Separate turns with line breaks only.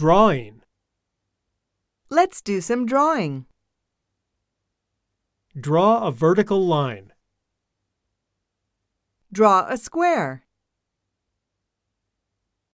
Drawing.
Let's do some drawing.
Draw a vertical line.
Draw a square.